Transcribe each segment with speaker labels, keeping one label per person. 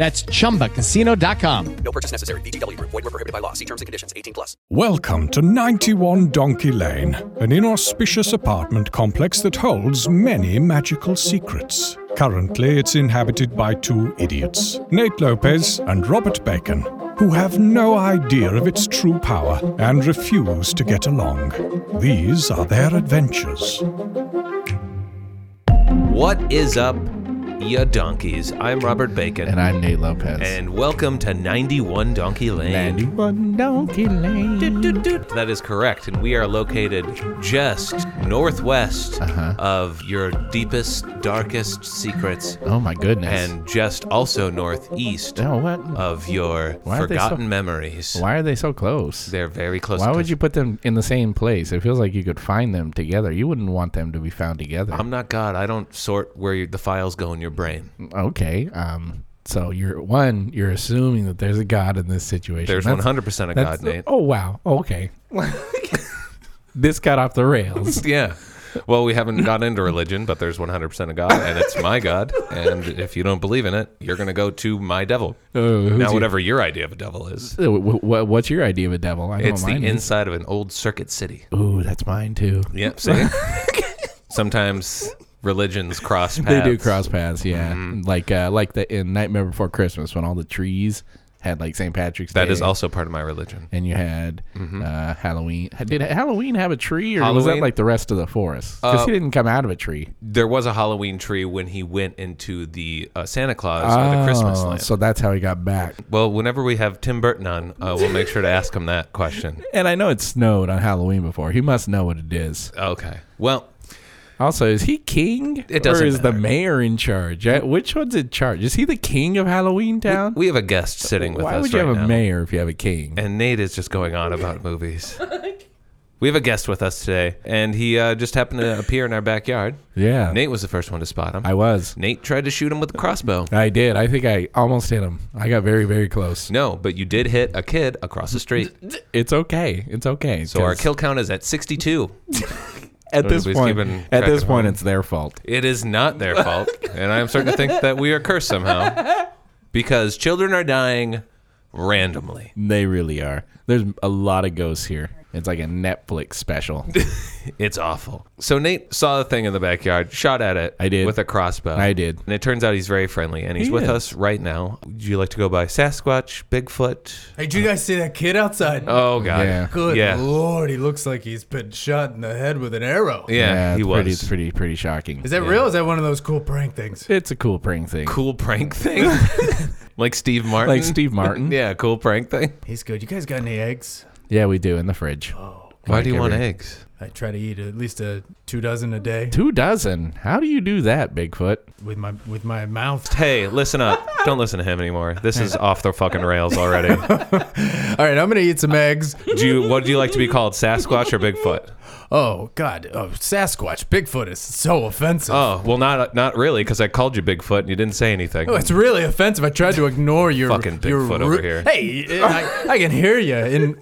Speaker 1: That's chumbacasino.com.
Speaker 2: No purchase necessary. BGW. Void were prohibited by law. See terms and conditions. 18 plus.
Speaker 3: Welcome to 91 Donkey Lane, an inauspicious apartment complex that holds many magical secrets. Currently, it's inhabited by two idiots, Nate Lopez and Robert Bacon, who have no idea of its true power and refuse to get along. These are their adventures.
Speaker 4: What is up, ya donkeys? I'm Robert Bacon,
Speaker 5: And I'm Nate Lopez.
Speaker 4: and welcome to 91 Donkey Lane.
Speaker 5: 91 Donkey Lane.
Speaker 4: That is correct, and we are located just northwest
Speaker 5: Uh-huh.
Speaker 4: of your deepest, darkest secrets,
Speaker 5: Oh my goodness.
Speaker 4: and uh, just also northeast
Speaker 5: no, what?
Speaker 4: of your
Speaker 5: Why are they so-
Speaker 4: forgotten memories.
Speaker 5: Why are they so close?
Speaker 4: They're very close.
Speaker 5: Why would
Speaker 4: to-
Speaker 5: you put them in the same place? It feels like you could find them together. You wouldn't want them to be found together.
Speaker 4: I'm not God. I don't sort where your, the files go in your brain.
Speaker 5: Mm, okay. Um. So you're one. You're assuming that there's a god in this situation.
Speaker 4: There's
Speaker 5: That's-
Speaker 4: 100% a
Speaker 5: that's
Speaker 4: God,
Speaker 5: the-
Speaker 4: Nate.
Speaker 5: Oh wow. Okay. this got off the rails.
Speaker 4: Yeah. Well, we haven't gotten into religion, but there's 100% of God, and it's my God. And if you don't believe in it, you're going to go to my devil.
Speaker 5: Oh, who's
Speaker 4: now,
Speaker 5: your-
Speaker 4: whatever your idea of a devil is,
Speaker 5: Wh- wh- what's your idea of a devil? I know
Speaker 4: it's the
Speaker 5: Oh, mine is.
Speaker 4: inside of an old circuit city.
Speaker 5: Ooh, that's mine too.
Speaker 4: Yep. See? Sometimes religions cross paths. Mm-hmm.
Speaker 5: They do cross paths, yeah. Like uh, like the in Nightmare Before Christmas when all the trees had like St. Patrick's Day.
Speaker 4: That is also part of my religion.
Speaker 5: And you had uh, Halloween. Did Halloween have a tree, or was
Speaker 4: Halloween?
Speaker 5: that like the rest of the forest? Because
Speaker 4: Uh,
Speaker 5: he didn't come out of a tree.
Speaker 4: There was a Halloween tree when he went into the uh, Santa Claus or the Christmas
Speaker 5: Oh,
Speaker 4: land.
Speaker 5: So that's how he got back.
Speaker 4: well, whenever we have Tim Burton on, uh, we'll make sure to ask him that question.
Speaker 5: And I know it snowed on Halloween before. He must know what it is.
Speaker 4: Okay. Well,
Speaker 5: Also, is he king?
Speaker 4: It doesn't
Speaker 5: Or is the
Speaker 4: matter.
Speaker 5: mayor in charge? Uh, Which one's in charge? Is he the king of Halloween Town?
Speaker 4: we have a guest sitting with
Speaker 5: Why
Speaker 4: us
Speaker 5: would you
Speaker 4: right
Speaker 5: have
Speaker 4: now.
Speaker 5: a mayor if you have a king?
Speaker 4: and Nate is just going on about movies. We have a guest with us today, and he uh, just happened to appear in our backyard.
Speaker 5: yeah.
Speaker 4: Nate was the first one to spot him.
Speaker 5: I was.
Speaker 4: Nate tried to shoot him with a crossbow.
Speaker 5: I did. I think I almost hit him. I got very, very close.
Speaker 4: No, but you did hit a kid across the street.
Speaker 5: It's okay. It's okay.
Speaker 4: So our
Speaker 5: 'cause
Speaker 4: kill count is at 62.
Speaker 5: at this
Speaker 4: Nobody's
Speaker 5: point,
Speaker 4: keeping
Speaker 5: at
Speaker 4: track
Speaker 5: this
Speaker 4: at
Speaker 5: point,
Speaker 4: home.
Speaker 5: it's their fault.
Speaker 4: It is not their fault, and I am starting to think that we are cursed somehow because children are dying randomly.
Speaker 5: They really are. There's a lot of ghosts here. It's like a Netflix special.
Speaker 4: It's awful. So Nate saw the thing in the backyard, shot at it.
Speaker 5: I did.
Speaker 4: with a crossbow.
Speaker 5: I did.
Speaker 4: and it turns out he's very friendly, and he's
Speaker 5: He
Speaker 4: with
Speaker 5: is.
Speaker 4: us right now. Would you like to go by Sasquatch, Bigfoot?
Speaker 6: Hey, did you guys see that kid outside?
Speaker 4: Oh God,
Speaker 5: Yeah.
Speaker 6: Good
Speaker 4: yeah,
Speaker 6: lord, he looks like he's been shot in the head with an arrow.
Speaker 4: yeah, He
Speaker 5: it's
Speaker 4: was.
Speaker 5: Pretty, it's pretty, pretty shocking.
Speaker 6: Is that real? Is that one of those cool prank things?
Speaker 5: It's a cool prank thing.
Speaker 4: cool prank thing, like Steve Martin.
Speaker 5: Like Steve Martin.
Speaker 4: yeah, cool prank thing.
Speaker 6: He's good. You guys got any eggs?
Speaker 5: Yeah, we do in the fridge.
Speaker 4: Why
Speaker 5: Like
Speaker 4: do you want
Speaker 5: every-
Speaker 4: eggs?
Speaker 6: I try to eat at least a two dozen a day
Speaker 5: Two dozen. How do you do that, Bigfoot?
Speaker 6: with my with my mouth.
Speaker 4: Hey, listen up! Don't listen to him anymore. This is off the fucking rails already.
Speaker 6: All right, I'm gonna eat some eggs.
Speaker 4: Do you? What do you like to be called, Sasquatch or Bigfoot?
Speaker 6: Oh God, oh Sasquatch, Bigfoot is so offensive.
Speaker 4: Oh, well, not not really, because I called you Bigfoot and you didn't say anything.
Speaker 6: Oh, it's really offensive. I tried to ignore your
Speaker 4: Fucking
Speaker 6: your
Speaker 4: Bigfoot
Speaker 6: ru-
Speaker 4: over here.
Speaker 6: Hey, I, I can hear you in.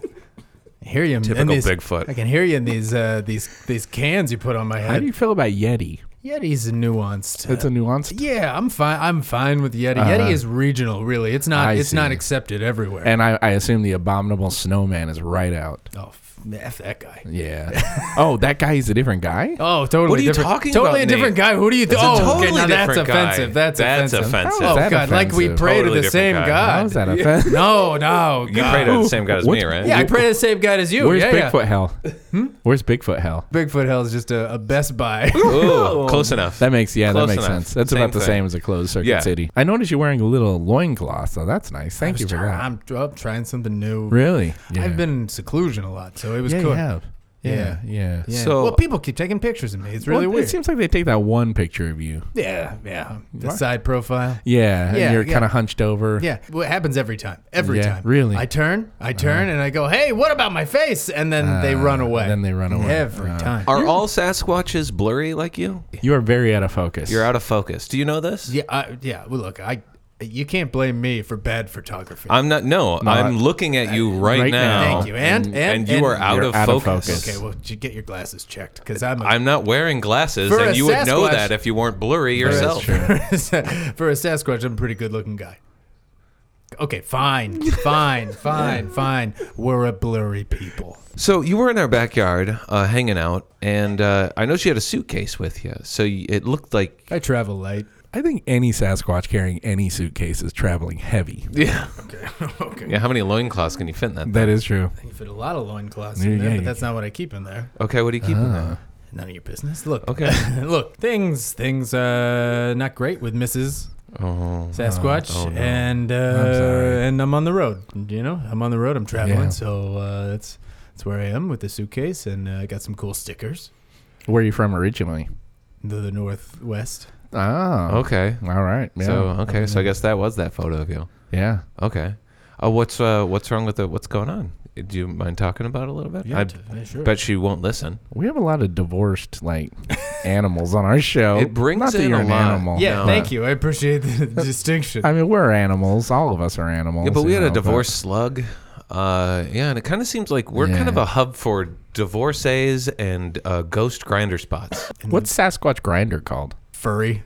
Speaker 6: Hear you in
Speaker 4: Typical
Speaker 6: these,
Speaker 4: Bigfoot.
Speaker 6: I can hear you in these uh, these these cans you put on my head.
Speaker 5: How do you feel about Yeti?
Speaker 6: Yeti's nuanced.
Speaker 4: Uh,
Speaker 5: It's a nuanced.
Speaker 6: yeah, I'm fine. I'm fine with Yeti. Yeti is regional, really. It's not.
Speaker 5: I
Speaker 6: it's not
Speaker 5: see.
Speaker 6: accepted everywhere.
Speaker 5: And I, I assume the abominable snowman is right out.
Speaker 6: oh, f- f that guy.
Speaker 5: Yeah. oh, that guy is a different guy?
Speaker 6: Oh, totally.
Speaker 4: What are you
Speaker 6: different-
Speaker 4: talking
Speaker 6: totally
Speaker 4: about,
Speaker 6: a different
Speaker 4: Nate?
Speaker 6: guy. Who do you? Th-
Speaker 4: That's a
Speaker 6: oh, okay,
Speaker 4: totally
Speaker 6: now that's
Speaker 4: different guy.
Speaker 6: offensive. That's
Speaker 4: That's
Speaker 6: offensive.
Speaker 4: offensive.
Speaker 6: Oh
Speaker 5: How is that
Speaker 6: God, like we
Speaker 5: offensive?
Speaker 6: pray to
Speaker 4: Totally
Speaker 6: the
Speaker 4: different
Speaker 6: same
Speaker 4: guy.
Speaker 5: How is
Speaker 6: God.
Speaker 5: that offensive?
Speaker 6: No, no.
Speaker 4: You
Speaker 6: God.
Speaker 4: prayed to the same guy as
Speaker 5: What-
Speaker 4: me, right?
Speaker 6: Yeah, I pray to the same God as you.
Speaker 4: Oh,
Speaker 5: Where's
Speaker 6: yeah, yeah.
Speaker 5: Bigfoot Hell?
Speaker 4: Hmm?
Speaker 5: Where's Bigfoot Hell?
Speaker 6: Bigfoot Hell is just a, a Best Buy.
Speaker 4: Ooh, close enough.
Speaker 5: That makes yeah,
Speaker 4: Close
Speaker 5: that makes
Speaker 4: enough.
Speaker 5: sense. That's
Speaker 4: Same
Speaker 5: about the
Speaker 4: thing.
Speaker 5: same as a closed circuit
Speaker 4: Yeah.
Speaker 5: city. I noticed you're wearing a little loincloth, so that's nice. Thank you for that.
Speaker 6: I'm, I'm trying something new.
Speaker 5: really?
Speaker 6: I've been in seclusion a lot, so it was
Speaker 5: yeah,
Speaker 6: cool.
Speaker 5: you have. Yeah, yeah.
Speaker 6: Yeah.
Speaker 4: So-
Speaker 6: well, people keep taking pictures of me. It's really
Speaker 5: Well,
Speaker 6: weird.
Speaker 5: It seems like they take that one picture of you.
Speaker 6: yeah, yeah. The side profile.
Speaker 5: Yeah,
Speaker 6: Yeah,
Speaker 5: and you're
Speaker 6: yeah.
Speaker 5: kind of hunched over.
Speaker 6: Yeah, well, it happens every time. Every
Speaker 5: Yeah,
Speaker 6: time.
Speaker 5: really? Uh-huh.
Speaker 6: I turn, I turn, and I go, "Hey, what about my face?" And then they run away.
Speaker 5: Uh, then they run away. Uh-huh.
Speaker 6: every time.
Speaker 4: Are all Sasquatches blurry like you?
Speaker 5: You are very out of focus.
Speaker 4: You're out of focus. Do you know this?
Speaker 6: Yeah, I, yeah. Well, look, I you can't blame me for bad photography.
Speaker 4: I'm not. No, I'm looking at you right,
Speaker 5: right now.
Speaker 4: now.
Speaker 5: Thank
Speaker 6: Thank you. And and,
Speaker 4: And you are out,
Speaker 5: You're
Speaker 4: of,
Speaker 5: out of
Speaker 4: focus.
Speaker 5: focus.
Speaker 6: Okay, well, you get your glasses checked because I'm a,
Speaker 4: I'm not wearing glasses,
Speaker 6: For a
Speaker 4: and you would know
Speaker 6: Sasquatch-
Speaker 4: that if you weren't blurry yourself.
Speaker 6: for a Sasquatch. I'm a pretty good looking guy. Okay, fine, fine, fine, fine. We're a blurry people.
Speaker 4: So you were in our backyard uh, hanging out, and uh, I know she had a suitcase with you. So y it looked like
Speaker 6: I travel light.
Speaker 5: I think any Sasquatch carrying any suitcase is traveling heavy.
Speaker 4: yeah.
Speaker 6: okay,
Speaker 4: Yeah, how many loincloths can you fit in that?
Speaker 5: That is true.
Speaker 6: you fit a lot of loincloths
Speaker 5: Yeah,
Speaker 6: in there,
Speaker 5: yeah,
Speaker 6: but
Speaker 5: you
Speaker 6: that's not what I keep in there.
Speaker 4: Okay, what do you keep in there?
Speaker 6: None of your business. Look,
Speaker 4: Okay.
Speaker 6: look, things, things, uh, not great with Mrs.
Speaker 4: Oh,
Speaker 6: Sasquatch, and uh,
Speaker 5: sorry.
Speaker 6: and I'm on the road. You know, I'm on the road. I'm traveling,
Speaker 5: Yeah.
Speaker 6: so uh, that's that's where I am with the suitcase, and uh, I got some cool stickers.
Speaker 5: Where are you from originally?
Speaker 6: The, the Northwest.
Speaker 5: Oh,
Speaker 4: okay.
Speaker 5: All right. Yeah.
Speaker 4: So uh, okay, so I guess that was that photo of you.
Speaker 5: yeah.
Speaker 4: Okay. Uh, what's uh, what's wrong with the what's going on? Do you mind talking about it a little bit? I
Speaker 6: t- yeah, sure.
Speaker 4: bet she won't listen.
Speaker 5: We have a lot of divorced like animals on our show.
Speaker 4: It brings
Speaker 5: Not that
Speaker 4: in
Speaker 5: you're
Speaker 4: a
Speaker 5: an
Speaker 4: lot.
Speaker 5: animal.
Speaker 6: yeah,
Speaker 4: no.
Speaker 6: thank you. I appreciate the distinction.
Speaker 5: I mean, we're animals. All of us are animals.
Speaker 4: Yeah, but we
Speaker 5: you
Speaker 4: had a
Speaker 5: know,
Speaker 4: divorce slug. Uh, yeah, and it kind of seems like we're kind of
Speaker 5: Yeah.
Speaker 4: a hub for divorcees and uh, ghost grinder spots.
Speaker 5: What's Sasquatch grinder called?
Speaker 6: Furry.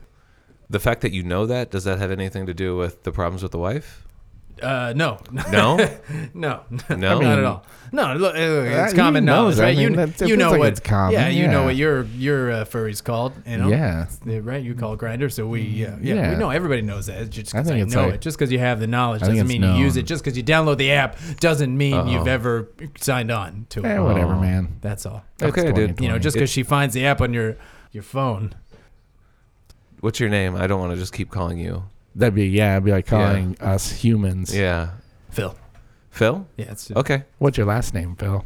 Speaker 4: the fact that you know that does that have anything to do with the problems with the wife?
Speaker 6: Uh, no,
Speaker 4: No.
Speaker 6: no,
Speaker 4: No?
Speaker 6: not at all. No, look, uh, it's
Speaker 5: he
Speaker 6: common
Speaker 5: knows.
Speaker 6: knowledge,
Speaker 5: I
Speaker 6: right?
Speaker 5: mean,
Speaker 6: you
Speaker 5: that's- it
Speaker 6: you
Speaker 5: feels
Speaker 6: know
Speaker 5: like
Speaker 6: what?
Speaker 5: it's common,
Speaker 6: Yeah, you know
Speaker 5: yeah.
Speaker 6: what your your uh, furry's called. You know.
Speaker 5: Yeah.
Speaker 6: Yeah, Right, you call it grinder, so we yeah, yeah,
Speaker 5: Yeah.
Speaker 6: we know everybody knows that. It's just
Speaker 5: I
Speaker 6: because
Speaker 5: think
Speaker 6: I,
Speaker 5: it's
Speaker 6: know
Speaker 5: like-
Speaker 6: it, just because you have the knowledge
Speaker 5: I think
Speaker 6: doesn't
Speaker 5: it's
Speaker 6: mean you use
Speaker 5: known. Uh-huh.
Speaker 6: it. Just because you download the app doesn't mean you've ever signed on to it.
Speaker 5: Eh,
Speaker 4: Oh.
Speaker 5: whatever, man.
Speaker 6: That's all.
Speaker 5: That's
Speaker 4: Okay, dude.
Speaker 5: 2020.
Speaker 6: You know, just because she finds the app on your your phone,
Speaker 4: What's your name? I don't want to just keep calling you.
Speaker 5: that'd be yeah, it'd be like calling us humans.
Speaker 4: Yeah.
Speaker 6: Phil.
Speaker 4: Phil?
Speaker 6: Yeah, it's uh,
Speaker 4: Okay.
Speaker 5: What's your last name, Phil?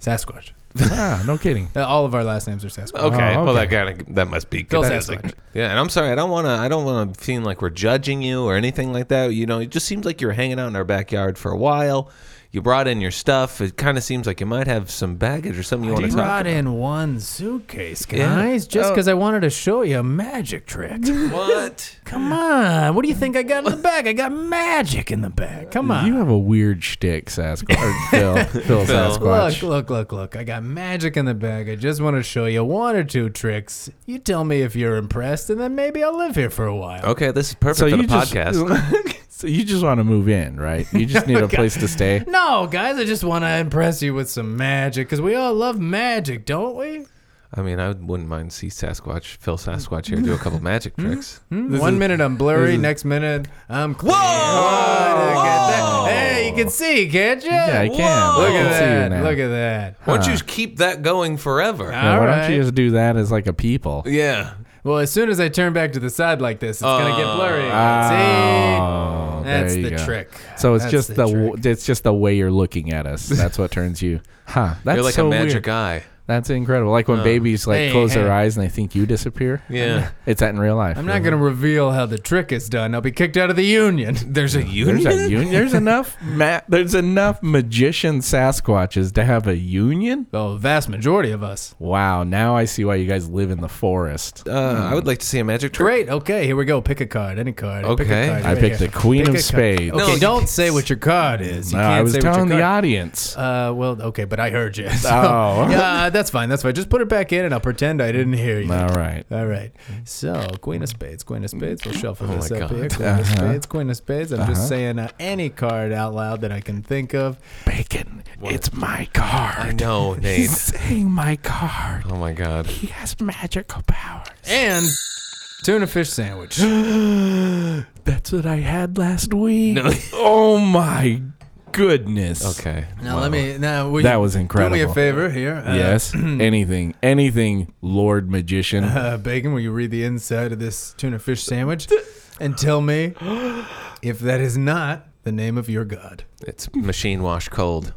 Speaker 6: Sasquatch.
Speaker 5: ah, no kidding.
Speaker 6: Uh, All of our last names are Sasquatch.
Speaker 4: Okay.
Speaker 5: Oh,
Speaker 4: Well, that
Speaker 5: okay.
Speaker 4: kind of that must be
Speaker 6: Phil
Speaker 4: that is
Speaker 6: Sasquatch.
Speaker 4: like- yeah, and I'm sorry. I don't want to. I don't want to seem like we're judging you or anything like that. You know, it just seems like you're hanging out in our backyard for a while. You brought in your stuff. It kind of seems like you might have some baggage or something you want
Speaker 6: I
Speaker 4: to talk
Speaker 6: brought
Speaker 4: about.
Speaker 6: in one suitcase,
Speaker 4: Yeah. Oh.
Speaker 6: guys, just because I wanted to show you a magic trick.
Speaker 4: What?
Speaker 6: Come on, what do you think I got in the bag? I got magic in the bag. Come on.
Speaker 5: You have a weird shtick, Sasquatch. or Phil, Phil, Sasquatch.
Speaker 6: Look, look, look, look. I got magic in the bag. I just want to show you one or two tricks. You tell me if you're impressed, and then maybe I'll live here for a while.
Speaker 4: Okay, this is perfect for the podcast.
Speaker 5: Just, so you just want to move in, right? You just need a place to stay.
Speaker 6: No, guys, I just want to impress you with some magic because we all love magic, don't we?
Speaker 4: I mean, I wouldn't mind see Sasquatch, Phil Sasquatch here, do a couple magic
Speaker 5: Hmm?
Speaker 4: tricks.
Speaker 6: One minute I'm blurry, next minute I'm clear. Whoa! look at that. Hey, you can see, can't you?
Speaker 5: Yeah, I can.
Speaker 6: Look
Speaker 5: I can Oh. see you
Speaker 6: at that.
Speaker 5: now.
Speaker 6: Look at that.
Speaker 4: Why don't you just keep that going forever?
Speaker 6: Uh,
Speaker 5: Uh. Yeah, why
Speaker 6: Alright.
Speaker 5: don't you just do that as like a people?
Speaker 4: yeah.
Speaker 6: Well, as soon as I turn back to the side like this, it's going to get
Speaker 5: Oh,
Speaker 6: blurry. see? That's
Speaker 5: there you
Speaker 6: the
Speaker 5: go.
Speaker 6: trick.
Speaker 5: So it's
Speaker 6: That's
Speaker 5: just the, w
Speaker 6: trick.
Speaker 5: it's just the way you're looking at us. That's what turns you. Huh? That's
Speaker 4: You're like
Speaker 5: so
Speaker 4: a magic
Speaker 5: weird.
Speaker 4: eye.
Speaker 5: That's incredible. Like when babies like
Speaker 6: Hey,
Speaker 5: close
Speaker 6: hey.
Speaker 5: their eyes and they think you disappear.
Speaker 4: Uh, Yeah.
Speaker 5: It's that in real life.
Speaker 6: I'm not going to reveal how the trick is done. I'll be kicked out of the union.
Speaker 4: There's a
Speaker 5: There's
Speaker 4: union.
Speaker 5: a union. There's enough ma- There's enough magician Sasquatches to have a union.
Speaker 6: Oh, the vast majority of us.
Speaker 5: Wow. Now I see why you guys live in the forest.
Speaker 4: Uh, I
Speaker 5: Hmm.
Speaker 4: would like to see a magic trick.
Speaker 6: Great. Okay, here we go. Pick a card. Any card. I pick a
Speaker 4: Okay.
Speaker 6: card
Speaker 5: I
Speaker 6: right
Speaker 5: picked
Speaker 6: here.
Speaker 5: the Queen
Speaker 6: Pick
Speaker 5: of
Speaker 6: a card.
Speaker 5: Spades.
Speaker 6: Okay,
Speaker 4: you
Speaker 6: don't say what your card is. You
Speaker 5: No,
Speaker 6: can't
Speaker 5: Uh, I was
Speaker 6: say what
Speaker 5: telling
Speaker 6: your Uh,
Speaker 5: the
Speaker 6: card.
Speaker 5: audience.
Speaker 6: Uh, well, okay, but I heard you. so-
Speaker 5: Oh.
Speaker 6: yeah, that's fine. That's fine. Just put it back in, and I'll pretend I didn't hear you.
Speaker 5: All right.
Speaker 6: All right.
Speaker 5: Mm-hmm.
Speaker 6: So, Queen of Spades, Queen of Spades. We'll shuffle
Speaker 4: Oh
Speaker 6: this
Speaker 4: my
Speaker 6: up
Speaker 4: God.
Speaker 6: here. Queen
Speaker 5: Uh-huh.
Speaker 6: of Spades, Queen of Spades. I'm just saying uh, any card out loud that I can think of.
Speaker 5: Bacon. It's my
Speaker 4: I
Speaker 5: card.
Speaker 4: know, Nate.
Speaker 5: He's saying my card.
Speaker 4: Oh my God.
Speaker 5: He has magical powers.
Speaker 6: And tuna fish sandwich.
Speaker 5: That's what I had last week.
Speaker 4: No.
Speaker 5: oh my goodness.
Speaker 4: Okay.
Speaker 6: Now, let me. Now, will
Speaker 5: That
Speaker 6: you
Speaker 5: was
Speaker 6: Do me
Speaker 5: incredible.
Speaker 6: a favor here. Uh,
Speaker 5: Yes. anything. Anything, Lord Magician.
Speaker 6: Uh, Bacon, will you read the inside of this tuna fish sandwich and tell me if that is not the name of your god?
Speaker 4: It's machine wash cold.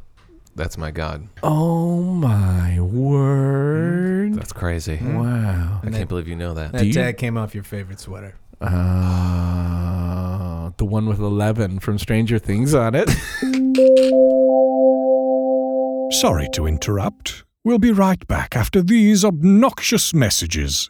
Speaker 4: That's my God.
Speaker 5: oh my word.
Speaker 4: That's crazy.
Speaker 5: Wow.
Speaker 4: I can't believe you know that.
Speaker 6: That
Speaker 5: you-
Speaker 6: tag came off your favorite sweater.
Speaker 5: Uh, the one with 11 from Stranger Things on it.
Speaker 3: Sorry to interrupt. We'll be right back after these obnoxious messages.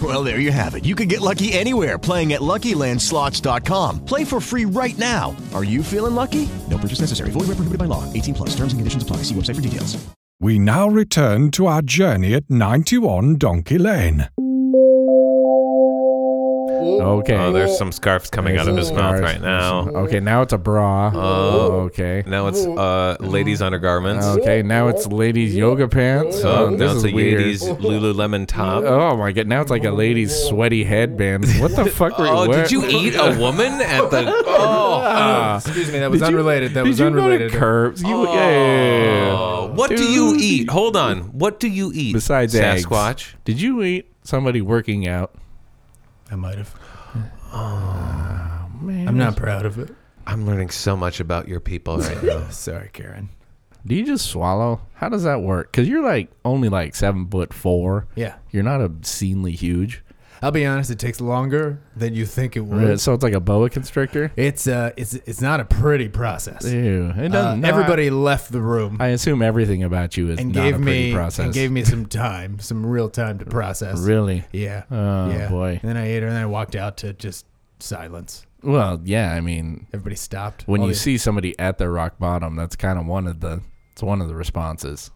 Speaker 7: Well, there you have it. You can get lucky anywhere playing at LuckyLandSlots.com. Play for free right now. Are you feeling lucky? No purchase necessary. Void where prohibited by law. 18 plus. Terms and conditions apply. See website for details.
Speaker 3: We now return to our journey at 91 Donkey Lane.
Speaker 5: Okay.
Speaker 4: Oh, there's some scarves coming out of his mouth
Speaker 5: Alright.
Speaker 4: right now.
Speaker 5: Okay, now it's a bra. Oh, okay.
Speaker 4: Now it's uh, ladies' undergarments.
Speaker 5: Okay, now it's ladies' yoga pants.
Speaker 4: Oh,
Speaker 5: Oh,
Speaker 4: now
Speaker 5: this
Speaker 4: it's
Speaker 5: is
Speaker 4: a
Speaker 5: weird.
Speaker 4: Yeety's Lululemon top.
Speaker 5: Oh my god! Now it's like a lady's sweaty headband. What the fuck were you
Speaker 4: Oh,
Speaker 5: wearing?
Speaker 4: did you eat a woman at the? Oh,
Speaker 6: Excuse me, that was
Speaker 5: Did you-
Speaker 6: unrelated. that
Speaker 5: did
Speaker 6: was
Speaker 5: you
Speaker 6: unrelated.
Speaker 5: Go to Curbs? You, yeah, yeah, yeah.
Speaker 4: what do you eat? Hold on. What do you eat
Speaker 5: Besides eggs.
Speaker 4: Sasquatch?
Speaker 5: Did you eat somebody working out?
Speaker 6: I might have.
Speaker 5: Oh,
Speaker 6: I'm not proud of it.
Speaker 4: I'm learning so much about your people right now.
Speaker 6: Sorry, Karen.
Speaker 5: Do you just swallow? How does that work? Because you're like only like seven foot four.
Speaker 6: Yeah.
Speaker 5: You're not obscenely huge. Uh,
Speaker 6: I'll be honest, it takes longer than you think it would.
Speaker 5: So it's like a boa constrictor.
Speaker 6: It's uh it's it's not a pretty process.
Speaker 5: Ew. It doesn't.
Speaker 6: Uh,
Speaker 5: no, I-
Speaker 6: everybody left the room
Speaker 5: I, assume everything about you is
Speaker 6: and
Speaker 5: not
Speaker 6: gave
Speaker 5: a pretty
Speaker 6: me
Speaker 5: process.
Speaker 6: and gave me some time, some real time to process.
Speaker 5: really.
Speaker 6: Yeah.
Speaker 5: Oh,
Speaker 6: yeah.
Speaker 5: boy.
Speaker 6: And then I ate her and then I walked out to just silence.
Speaker 5: Well, yeah. I mean,
Speaker 6: Everybody stopped.
Speaker 5: when
Speaker 6: All
Speaker 5: you
Speaker 6: the-
Speaker 5: see somebody at their rock bottom, that's kind of one of the it's one of the responses.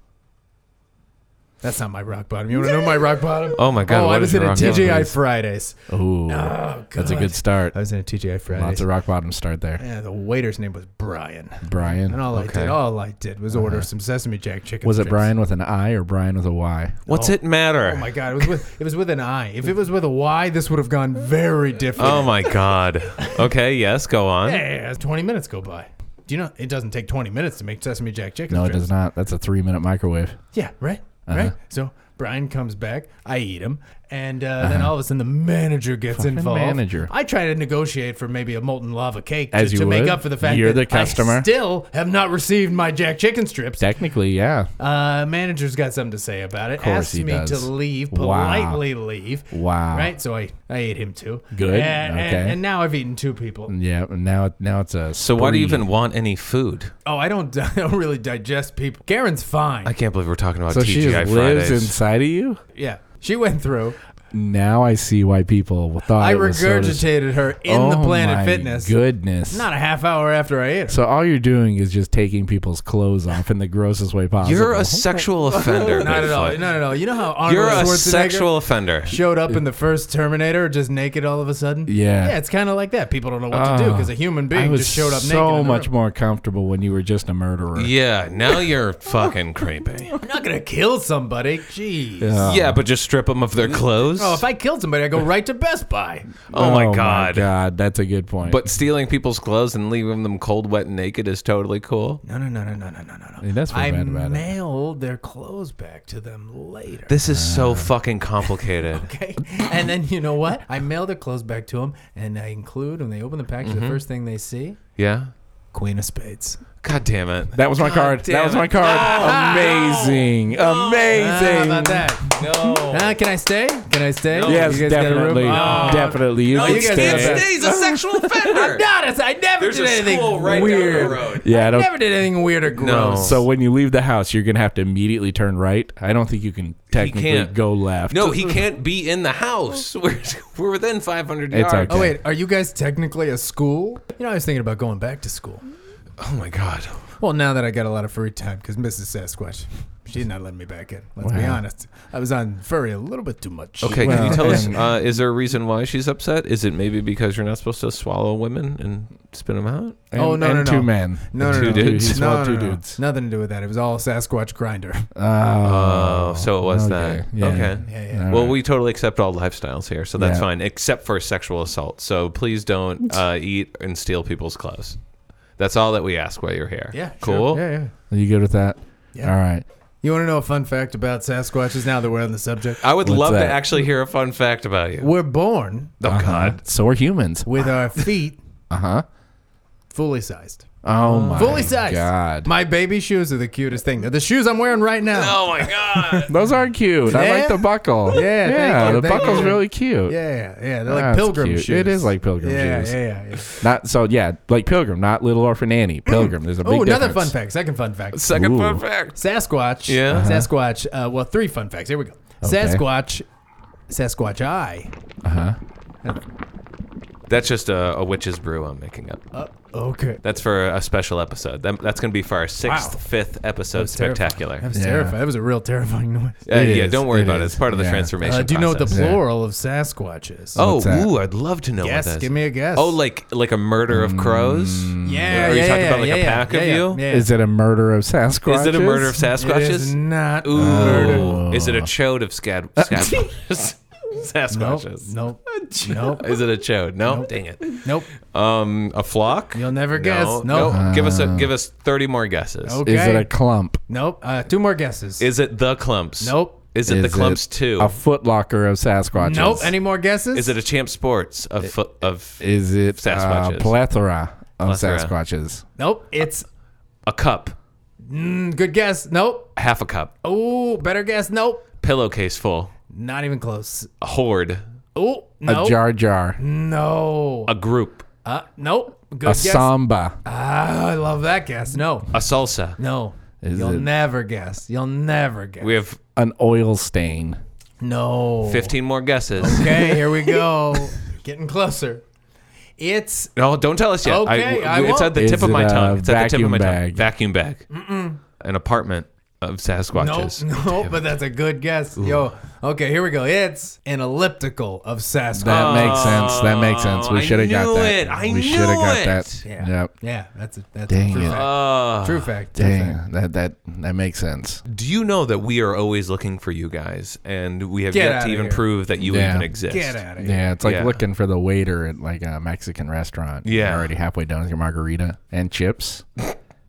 Speaker 6: That's not my rock bottom. You want to know my rock bottom?
Speaker 4: Oh my God,
Speaker 6: Oh, I
Speaker 4: what
Speaker 6: was
Speaker 4: is
Speaker 6: in a
Speaker 4: your rock bottom?
Speaker 6: TGI Fridays. Oh,
Speaker 5: Ooh, that's a
Speaker 6: God.
Speaker 5: good start.
Speaker 6: I was in a TGI Fridays.
Speaker 5: Lots of rock bottom start there,
Speaker 6: Yeah, the waiter's name was Brian. And
Speaker 5: Brian.
Speaker 6: all I
Speaker 4: Okay.
Speaker 6: did, all I did was order some sesame jack chicken.
Speaker 5: Mm, Was it
Speaker 6: strips.
Speaker 5: Brian with an I or Brian with a Y?
Speaker 4: What's it matter?
Speaker 6: Oh my god, it was with it was with an I. If it was with a Y, this would have gone very different.
Speaker 4: Oh my god. Okay, yes, go on.
Speaker 5: Uh,
Speaker 6: Yeah, twenty minutes go by. Do you know it doesn't take twenty minutes to make sesame jack chicken?
Speaker 5: No, it Uh-huh.
Speaker 6: strips.
Speaker 5: does not. That's a three minute microwave.
Speaker 6: Yeah, right, right. So Brian comes back. I eat him, and uh, then all of a sudden the manager gets
Speaker 5: Uh-huh. Fucking
Speaker 6: involved.
Speaker 5: manager.
Speaker 6: I try to negotiate for maybe a molten lava cake
Speaker 5: As
Speaker 6: to,
Speaker 5: you
Speaker 6: to make
Speaker 5: would.
Speaker 6: up for the fact
Speaker 5: You're
Speaker 6: that
Speaker 5: the
Speaker 6: I
Speaker 5: customer.
Speaker 6: still have not received my jack chicken strips.
Speaker 5: Technically, yeah.
Speaker 6: Uh, manager's got something to say about it.
Speaker 5: course
Speaker 6: Asked
Speaker 5: he
Speaker 6: me to
Speaker 5: does.
Speaker 6: leave,
Speaker 5: Wow.
Speaker 6: politely leave.
Speaker 5: Wow.
Speaker 6: Right? So I, I ate him too.
Speaker 5: Good,
Speaker 6: And, and-
Speaker 5: okay.
Speaker 6: and now I've eaten two people.
Speaker 5: Yeah. Now, now it's a.
Speaker 4: So why do you
Speaker 5: spree.
Speaker 4: even want any food?
Speaker 6: Oh, I don't, I don't really digest people. Karen's fine.
Speaker 4: I can't believe we're talking about
Speaker 5: So
Speaker 4: TGI
Speaker 5: she just lives
Speaker 4: Fridays.
Speaker 5: inside of you.
Speaker 6: yeah. She went through.
Speaker 5: Now I see why people thought
Speaker 6: I
Speaker 5: it was so dis-
Speaker 6: regurgitated her in the
Speaker 5: Oh
Speaker 6: Planet
Speaker 5: my
Speaker 6: Fitness.
Speaker 5: Goodness.
Speaker 6: Not a half hour after I ate her.
Speaker 5: so all you're doing is just taking people's clothes off in the grossest way possible.
Speaker 4: You're a sexual offender.
Speaker 6: Not at all.
Speaker 4: Bigfoot.
Speaker 6: Not at all. You know how Arnold
Speaker 4: You're a
Speaker 6: Schwarzenegger
Speaker 4: sexual offender.
Speaker 6: showed up in the first Terminator just naked all of a sudden?
Speaker 5: Yeah. Ah.
Speaker 6: Yeah, it's kind of like that. People don't know what to do because a human
Speaker 5: I
Speaker 6: being
Speaker 5: was
Speaker 6: just showed up naked.
Speaker 5: so
Speaker 6: in the
Speaker 5: much
Speaker 6: room.
Speaker 5: more comfortable when you were just a murderer.
Speaker 4: Yeah, now you're fucking creepy.
Speaker 6: I'm not gonna kill somebody. Jeez.
Speaker 4: Yeah, but just strip them of their clothes.
Speaker 6: Oh, if I killed somebody, I go right to Best Buy.
Speaker 4: Oh my god.
Speaker 5: god, that's a good point.
Speaker 4: But stealing people's clothes and leaving them cold, wet, and naked is totally cool.
Speaker 6: No, no, no, no, no, no, no, no, no.
Speaker 5: Hey, that's
Speaker 6: I
Speaker 5: pretty bad about it.
Speaker 6: mailed their clothes back to them later.
Speaker 4: This is
Speaker 6: Uh.
Speaker 4: so fucking complicated.
Speaker 6: Okay. And then you know what? I mail their clothes back to them, and I include when they open the package,
Speaker 5: Mm-hmm.
Speaker 6: the first thing they see,
Speaker 4: Yeah?
Speaker 6: Queen of Spades.
Speaker 4: God damn it.
Speaker 5: that was my card.
Speaker 4: damn
Speaker 5: That was
Speaker 4: it.
Speaker 5: my card. Amazing. Amazing.
Speaker 6: How about Ah, that?
Speaker 4: No.
Speaker 6: Ah, can I stay? Can I stay?
Speaker 5: No. Yes,
Speaker 6: got a room?
Speaker 5: definitely. Oh.
Speaker 6: Ah.
Speaker 5: Definitely. You can
Speaker 6: guys
Speaker 5: stay.
Speaker 6: got a bed.
Speaker 4: He's a sexual offender.
Speaker 6: I'm not. It's- I never
Speaker 4: There's
Speaker 6: did
Speaker 4: a
Speaker 6: anything
Speaker 4: school right down the
Speaker 6: weird.
Speaker 4: road.
Speaker 5: Yeah, I don't.
Speaker 6: Never did anything weird or gross.
Speaker 5: So when you leave the house, you're gonna have to immediately turn right. I don't think you can technically
Speaker 4: can't.
Speaker 5: go left.
Speaker 4: No, he can't be in the house. We're, we're within 500
Speaker 5: It's
Speaker 4: yards.
Speaker 5: okay.
Speaker 6: Oh wait, are you guys technically a school? You know, I was thinking about going back to school.
Speaker 4: Oh my god.
Speaker 6: Well, now that I got a lot of free time, because Mrs. Sasquatch, she's not letting me back in. Let's be
Speaker 5: Wow.
Speaker 6: honest. I was on furry a little bit too much.
Speaker 4: Okay, can
Speaker 5: Well,
Speaker 4: you tell us?
Speaker 5: and-
Speaker 4: Uh, is there a reason why she's upset? Is it maybe because you're not supposed to swallow women and spit them out?
Speaker 5: And-
Speaker 6: oh no,
Speaker 5: and
Speaker 6: no, no.
Speaker 5: two men.
Speaker 6: No, no,
Speaker 4: Two
Speaker 6: no.
Speaker 4: dudes?
Speaker 5: He
Speaker 6: No,
Speaker 5: swallowed
Speaker 6: no,
Speaker 5: two
Speaker 6: no, no.
Speaker 5: dudes.
Speaker 6: Nothing to do with that. It was all Sasquatch grinder.
Speaker 5: Oh,
Speaker 4: Oh, so it was
Speaker 5: okay.
Speaker 4: that.
Speaker 5: Yeah.
Speaker 4: Okay.
Speaker 6: Yeah,
Speaker 5: All
Speaker 6: yeah.
Speaker 4: Well,
Speaker 5: right.
Speaker 4: we totally accept all lifestyles here, so that's
Speaker 5: Yeah.
Speaker 4: fine, except for sexual assault. So please don't uh, eat and steal people's clothes. That's all that we ask while you're here.
Speaker 6: Yeah, sure.
Speaker 4: Cool.
Speaker 6: Yeah, yeah.
Speaker 5: Are you good with that?
Speaker 6: Yeah.
Speaker 5: All right.
Speaker 6: You want to know a fun fact about Sasquatches? Now that we're on the subject,
Speaker 4: I would
Speaker 5: What's
Speaker 4: love
Speaker 5: that?
Speaker 4: to actually hear a fun fact about you.
Speaker 6: we're born
Speaker 4: Oh God.
Speaker 5: Uh-huh. So we're humans.
Speaker 6: with our feet
Speaker 5: Uh huh.
Speaker 4: Uh-huh.
Speaker 6: fully sized.
Speaker 5: Oh my.
Speaker 6: Fully sized.
Speaker 5: God.
Speaker 6: My baby shoes are the cutest thing. They're the shoes I'm wearing right now.
Speaker 4: Oh my God.
Speaker 5: Those are cute. I
Speaker 6: Yeah?
Speaker 5: like the buckle.
Speaker 6: Yeah, thank
Speaker 5: Yeah.
Speaker 6: you,
Speaker 5: the
Speaker 6: thank
Speaker 5: buckle's
Speaker 6: you.
Speaker 5: really cute.
Speaker 6: Yeah, yeah. They're like
Speaker 5: That's
Speaker 6: pilgrim
Speaker 5: cute.
Speaker 6: shoes.
Speaker 5: It is like pilgrim
Speaker 6: yeah,
Speaker 5: shoes.
Speaker 6: Yeah, yeah, yeah.
Speaker 5: Not so. Yeah, like pilgrim, not little orphan Annie. Pilgrim. There's a big.
Speaker 6: Oh, another
Speaker 5: difference.
Speaker 6: fun fact. Second fun fact.
Speaker 4: Second
Speaker 5: Ooh.
Speaker 4: fun fact.
Speaker 6: Sasquatch.
Speaker 4: Yeah. Uh-huh.
Speaker 6: Sasquatch. Uh, well, three fun facts. Here we go.
Speaker 5: Okay.
Speaker 6: Sasquatch. Sasquatch Eye.
Speaker 4: That's just a, a witch's brew I'm making up.
Speaker 6: Okay.
Speaker 4: That's for a special episode. That, that's going to be for our sixth,
Speaker 6: Wow.
Speaker 4: fifth episode spectacular.
Speaker 6: That was
Speaker 5: Yeah.
Speaker 6: terrifying. That was a real terrifying noise.
Speaker 4: Uh,
Speaker 5: It
Speaker 4: yeah,
Speaker 5: is.
Speaker 4: don't worry
Speaker 5: It
Speaker 4: about it.
Speaker 5: is.
Speaker 4: It's part of the
Speaker 5: Yeah.
Speaker 4: transformation.
Speaker 6: Uh, do you know what the
Speaker 4: process.
Speaker 5: Yeah.
Speaker 6: plural of Sasquatch is?
Speaker 4: Oh,
Speaker 5: What's that?
Speaker 4: ooh, I'd love to know
Speaker 6: guess.
Speaker 4: what that is.
Speaker 6: Give me a guess. Mm.
Speaker 4: Oh, like like a murder of crows? Are
Speaker 6: yeah.
Speaker 4: you
Speaker 6: yeah,
Speaker 4: talking
Speaker 6: yeah,
Speaker 4: about like
Speaker 6: yeah,
Speaker 4: a
Speaker 6: yeah,
Speaker 4: pack
Speaker 6: yeah,
Speaker 4: of
Speaker 6: yeah,
Speaker 4: you?
Speaker 6: Yeah.
Speaker 5: Is it a murder of Sasquatch?
Speaker 4: Is it a murder of
Speaker 6: It is
Speaker 4: Sasquatches?
Speaker 6: not. uh,
Speaker 4: Ooh.
Speaker 5: Oh.
Speaker 4: Is it a chode of scad- Sasquatches?
Speaker 6: Nope.
Speaker 4: Sasquatches.
Speaker 6: Nope. Nope.
Speaker 4: Is it a chode? No, dang it.
Speaker 6: Nope.
Speaker 4: Um, a flock?
Speaker 6: You'll never guess.
Speaker 4: No,
Speaker 6: Nope. Uh.
Speaker 4: give us a, give us thirty more guesses.
Speaker 6: Nope.
Speaker 5: Is it
Speaker 6: Okay.
Speaker 5: a clump?
Speaker 6: Nope. Uh, two more guesses.
Speaker 4: Is it the clumps?
Speaker 6: Nope.
Speaker 4: Is it the
Speaker 5: Is
Speaker 4: clumps
Speaker 5: it
Speaker 4: too?
Speaker 5: A footlocker of Sasquatches?
Speaker 6: nope. Any more guesses?
Speaker 4: Is it a champ sports of fo- of
Speaker 5: Is it
Speaker 4: Sasquatches.
Speaker 5: a plethora of
Speaker 4: Plethora.
Speaker 5: Sasquatches?
Speaker 6: Nope. It's
Speaker 4: a cup,
Speaker 6: mm, good guess. Nope.
Speaker 4: half a cup,
Speaker 6: Oh, better guess. Nope.
Speaker 4: pillowcase full,
Speaker 6: Not even close.
Speaker 4: a horde,
Speaker 6: Oh,
Speaker 5: A
Speaker 6: no.
Speaker 5: jar jar?
Speaker 6: No.
Speaker 4: a group,
Speaker 6: Uh, nope. Good
Speaker 5: A
Speaker 6: guess.
Speaker 5: samba?
Speaker 4: Uh,
Speaker 6: Ah, I love that guess. No.
Speaker 4: a salsa.
Speaker 6: No.
Speaker 5: Is
Speaker 6: You'll
Speaker 5: it-
Speaker 6: never guess. You'll never guess.
Speaker 4: We have
Speaker 5: An oil stain?
Speaker 6: no.
Speaker 4: fifteen more guesses.
Speaker 6: Okay, here we go. Getting closer. It's
Speaker 4: No, don't tell us yet.
Speaker 6: Okay, I
Speaker 4: it's at the
Speaker 5: won't.
Speaker 4: tip of
Speaker 5: Is
Speaker 4: my
Speaker 5: it a
Speaker 4: tongue. It's at the tip of
Speaker 5: vacuum
Speaker 4: my tongue.
Speaker 5: bag?
Speaker 4: Vacuum bag. An apartment of
Speaker 6: no,
Speaker 4: Sasquatches.
Speaker 6: no, but that's a good guess. Yo, okay, here we go. It's an elliptical of Sasquatch.
Speaker 5: That makes sense. That makes sense.
Speaker 4: Oh, I
Speaker 5: We should have
Speaker 4: knew
Speaker 5: got that.
Speaker 4: it. I
Speaker 5: we shoulda
Speaker 4: knew
Speaker 5: got
Speaker 4: it.
Speaker 5: that.
Speaker 6: yeah,
Speaker 5: Yep.
Speaker 6: yeah, that's a that's
Speaker 5: Dang
Speaker 6: a true
Speaker 5: it.
Speaker 6: fact.
Speaker 4: Uh,
Speaker 6: true fact. True fact.
Speaker 5: Dang, that that that makes sense.
Speaker 4: do you know that we are always looking for you guys, and we have
Speaker 6: Get
Speaker 4: yet
Speaker 6: outta
Speaker 4: to even
Speaker 6: here.
Speaker 4: prove that you
Speaker 5: Yeah.
Speaker 4: even exist?
Speaker 6: Get out of here.
Speaker 5: Yeah, it's like
Speaker 4: Yeah.
Speaker 5: looking for the waiter at like a Mexican restaurant.
Speaker 4: Yeah.
Speaker 5: You're already halfway done with your margarita and chips,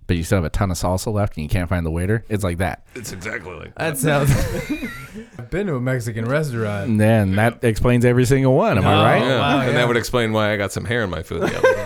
Speaker 5: but you still have a ton of salsa left and you can't find the waiter. It's like that.
Speaker 4: It's exactly like
Speaker 6: That sounds. I've been to a Mexican restaurant.
Speaker 5: And then that explains every single one. Am
Speaker 6: No.
Speaker 5: I right?
Speaker 4: Yeah.
Speaker 6: wow,
Speaker 4: and
Speaker 6: yeah.
Speaker 4: that would explain why I got some hair in my food. The other day.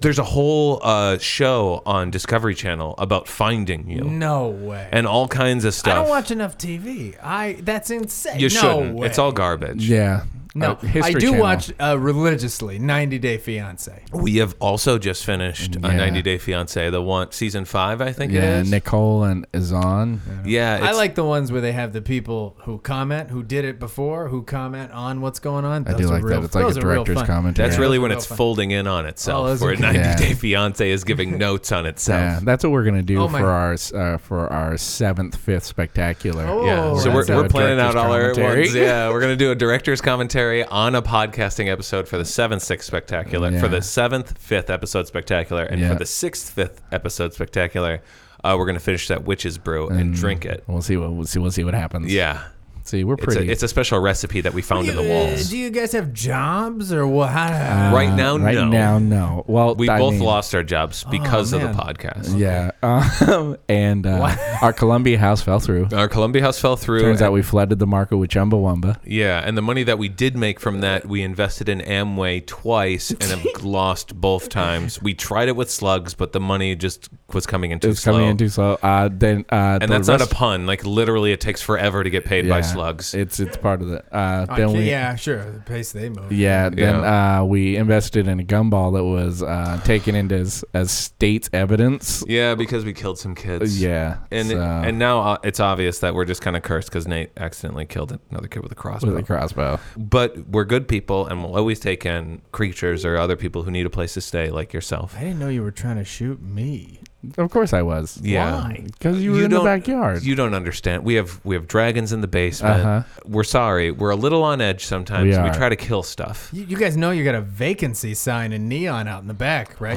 Speaker 4: There's a whole uh, show on Discovery Channel about finding you
Speaker 6: No way.
Speaker 4: and all kinds of stuff.
Speaker 6: I don't watch enough TV. I that's insane.
Speaker 4: you
Speaker 6: no
Speaker 4: shouldn't.
Speaker 6: Way.
Speaker 4: It's all garbage.
Speaker 5: Yeah.
Speaker 6: no.
Speaker 5: Uh,
Speaker 6: I
Speaker 5: History
Speaker 6: do
Speaker 5: Channel.
Speaker 6: watch uh, religiously 90 Day Fiance.
Speaker 4: We have also just finished a
Speaker 5: Yeah.
Speaker 4: 90 Day Fiance, the one season five, I think
Speaker 5: Yeah,
Speaker 4: it is.
Speaker 5: Nicole and Izan.
Speaker 4: Yeah,
Speaker 6: I
Speaker 4: it's-
Speaker 6: like the ones where they have the people who comment, who did it before, who comment on what's going on.
Speaker 5: I do like that. It's like a director's commentary.
Speaker 4: That's really when
Speaker 6: Real
Speaker 4: it's
Speaker 6: fun.
Speaker 4: folding in on itself,
Speaker 6: Oh, those are
Speaker 4: where
Speaker 6: good.
Speaker 4: 90
Speaker 5: Yeah.
Speaker 4: Day Fiance is giving notes on
Speaker 5: Yeah,
Speaker 4: itself.
Speaker 5: that's what we're gonna do
Speaker 6: Oh my-
Speaker 5: for our s- uh, for our seventh, fifth spectacular.
Speaker 6: Oh,
Speaker 4: Yeah, so
Speaker 6: that's
Speaker 4: we're,
Speaker 6: a
Speaker 4: we're planning out
Speaker 5: director's
Speaker 4: all our
Speaker 5: commentary.
Speaker 4: ones. Yeah, we're gonna do a director's commentary on a podcasting episode for the seventh, sixth spectacular, for
Speaker 5: Yeah.
Speaker 4: the seventh, fifth episode spectacular, and
Speaker 5: Yeah.
Speaker 4: for the sixth, fifth episode spectacular, uh, we're gonna finish that witch's brew and drink it.
Speaker 5: We'll see Mm. what we'll see. We'll see what happens.
Speaker 4: Yeah,
Speaker 5: See, we're
Speaker 4: it's a,
Speaker 5: pretty.
Speaker 4: it's a special recipe that we found in the
Speaker 6: Uh,
Speaker 4: walls.
Speaker 6: do you guys have jobs or what? How-
Speaker 4: right now,
Speaker 5: right
Speaker 4: no.
Speaker 5: now, no. Well,
Speaker 4: we
Speaker 5: I
Speaker 4: both
Speaker 5: mean, oh,
Speaker 4: lost our jobs because of
Speaker 6: man.
Speaker 4: the podcast.
Speaker 5: Yeah, um, and uh, our Columbia house fell through.
Speaker 4: Our Columbia house fell through.
Speaker 5: Turns out we flooded the market with Chumbawamba.
Speaker 4: Yeah, and the money that we did make from that, we invested in Amway twice and have lost both times. We tried it with slugs, but the money just was coming in
Speaker 5: It
Speaker 4: too
Speaker 5: was
Speaker 4: slow.
Speaker 5: coming in too slow. Uh, then uh, the
Speaker 4: and that's not
Speaker 5: rest-
Speaker 4: a pun. Like literally, it takes forever to get paid by
Speaker 5: Yeah,
Speaker 4: slugs.
Speaker 5: It's it's part of the. Uh, then
Speaker 6: I can't-
Speaker 5: we
Speaker 6: Oh, yeah, sure. The pace they move.
Speaker 5: Yeah, then
Speaker 4: Yeah.
Speaker 5: Uh, we invested in a gumball that was uh, taken into as, as state's evidence.
Speaker 4: Yeah, because we killed some kids.
Speaker 5: Uh, Yeah,
Speaker 4: and
Speaker 5: so-
Speaker 4: and now uh, it's obvious that we're just kind of cursed because Nate accidentally killed another kid with a crossbow.
Speaker 5: With a crossbow.
Speaker 4: But we're good people, and we'll always take in creatures or other people who need a place to stay, like yourself.
Speaker 6: I didn't know you were trying to shoot me.
Speaker 5: Of course I was.
Speaker 4: Yeah,
Speaker 6: Why?
Speaker 5: Because you were in the
Speaker 4: don't-
Speaker 5: backyard.
Speaker 4: You don't understand. We have we have dragons in the basement.
Speaker 5: Uh-huh.
Speaker 4: We're sorry. We're a little on edge sometimes.
Speaker 5: We
Speaker 4: and We,
Speaker 5: are.
Speaker 4: try to kill stuff.
Speaker 6: You, you guys know you got a vacancy sign in neon out in the back, right?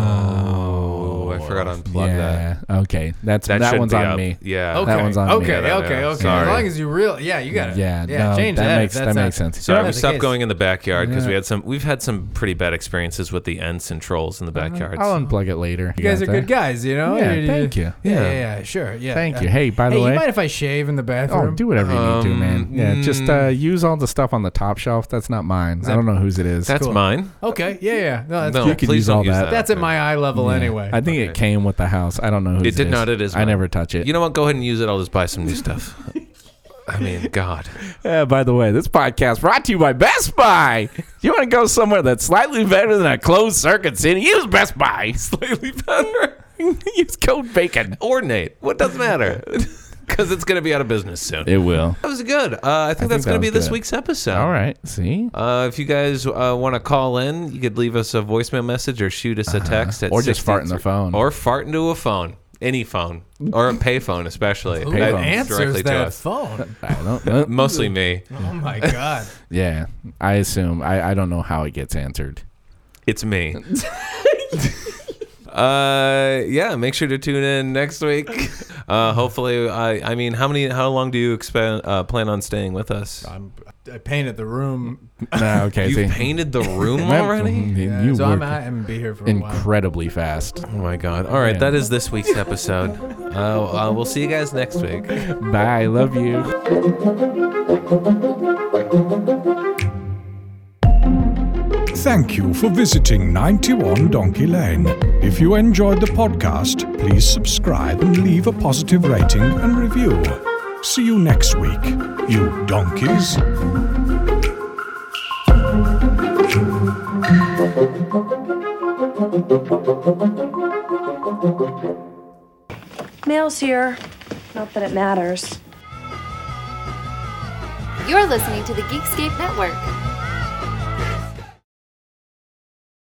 Speaker 4: Oh, I forgot to unplug that.
Speaker 5: yeah. Okay. That's
Speaker 4: That
Speaker 5: that,
Speaker 4: should
Speaker 5: one's
Speaker 4: be
Speaker 5: on
Speaker 4: up.
Speaker 5: me.
Speaker 4: Yeah.
Speaker 6: okay.
Speaker 5: That one's on me.
Speaker 6: okay,
Speaker 4: Yeah, that-
Speaker 6: okay,
Speaker 4: yeah.
Speaker 6: okay.
Speaker 4: Sorry.
Speaker 6: As long as you real, yeah, you got it.
Speaker 5: Yeah, no,
Speaker 6: change
Speaker 5: that
Speaker 6: that.
Speaker 5: makes-
Speaker 6: That's
Speaker 5: that
Speaker 6: not-
Speaker 5: makes sense.
Speaker 4: Sorry,
Speaker 6: That's
Speaker 4: we
Speaker 6: the
Speaker 4: stopped
Speaker 6: case.
Speaker 4: going in the backyard because we
Speaker 5: Yeah.
Speaker 4: had some. We've had some pretty bad experiences with the ants and trolls in the
Speaker 5: Uh-huh.
Speaker 4: backyard.
Speaker 5: I'll unplug it later.
Speaker 6: You guys are good guys, you know.
Speaker 5: Yeah,
Speaker 6: You-
Speaker 5: thank you.
Speaker 6: Yeah,
Speaker 4: Yeah.
Speaker 6: yeah, yeah, sure. Yeah.
Speaker 5: Thank
Speaker 6: Uh,
Speaker 5: you. Hey, by the
Speaker 6: hey,
Speaker 5: way,
Speaker 6: you mind if I shave in the
Speaker 5: oh,
Speaker 6: bathroom?
Speaker 5: do whatever you need to, man.
Speaker 4: Um,
Speaker 5: Yeah, just uh, use all the stuff on the top shelf. That's not mine. I don't know whose it is.
Speaker 4: That's
Speaker 6: Cool.
Speaker 4: mine.
Speaker 6: Okay. Yeah, yeah. No, that's
Speaker 4: No,
Speaker 5: You could
Speaker 4: please
Speaker 5: use
Speaker 4: don't
Speaker 5: all
Speaker 4: use
Speaker 5: that.
Speaker 4: that.
Speaker 6: that's at my eye level
Speaker 5: Yeah.
Speaker 6: anyway.
Speaker 5: I think it came with the house. I don't know who
Speaker 4: It did not. It is.
Speaker 5: I
Speaker 4: mine.
Speaker 5: never touch it.
Speaker 4: You know what? Go ahead and use it. I'll just buy some new stuff. I mean, God.
Speaker 5: Uh, by the way, this podcast brought to you by Best Buy. You want to go somewhere that's slightly better than a closed circuit city? Use Best Buy.
Speaker 4: Slightly better.
Speaker 5: Use code Bacon.
Speaker 4: Ordinate. What does matter? Because it's going to be out of business soon.
Speaker 5: It will.
Speaker 4: that was good. Uh, I think that's
Speaker 5: that
Speaker 4: going to be
Speaker 5: was
Speaker 4: this
Speaker 5: good.
Speaker 4: week's episode.
Speaker 5: All right. See.
Speaker 4: Uh, if you guys uh, want to call in, you could leave us a voicemail message or shoot us a text. At
Speaker 5: Uh-huh. Or just fart in the
Speaker 4: 63
Speaker 5: phone.
Speaker 4: Or fart into a phone. Any phone. Or a payphone, especially.
Speaker 6: Who
Speaker 4: That
Speaker 6: answers that phone?
Speaker 5: I don't. know.
Speaker 4: Mostly me.
Speaker 6: Oh my god.
Speaker 5: yeah. I assume. I, I don't know how it gets answered.
Speaker 4: It's me. uh, yeah, make sure to tune in next week. Uh, hopefully, I, I mean, how many, how long do you expand, uh, plan on staying with us?
Speaker 6: I'm, Um, I painted the room,
Speaker 5: No. Ah, Okay.
Speaker 4: you
Speaker 5: see.
Speaker 4: painted the room
Speaker 5: That-
Speaker 4: already?
Speaker 5: Mm, You
Speaker 6: so
Speaker 5: work
Speaker 6: I'm, I'm gonna be here for a while.
Speaker 5: incredibly fast.
Speaker 4: Oh my God. All right, that is this week's episode. Uh, uh, we'll see you guys next week.
Speaker 5: Bye. Love you.
Speaker 3: Thank you for visiting 91 Donkey Lane. If you enjoyed the podcast, please subscribe and leave a positive rating and review. See you next week, you donkeys.
Speaker 8: Mail's here. Not that it matters.
Speaker 9: You're listening to the Geekscape Network.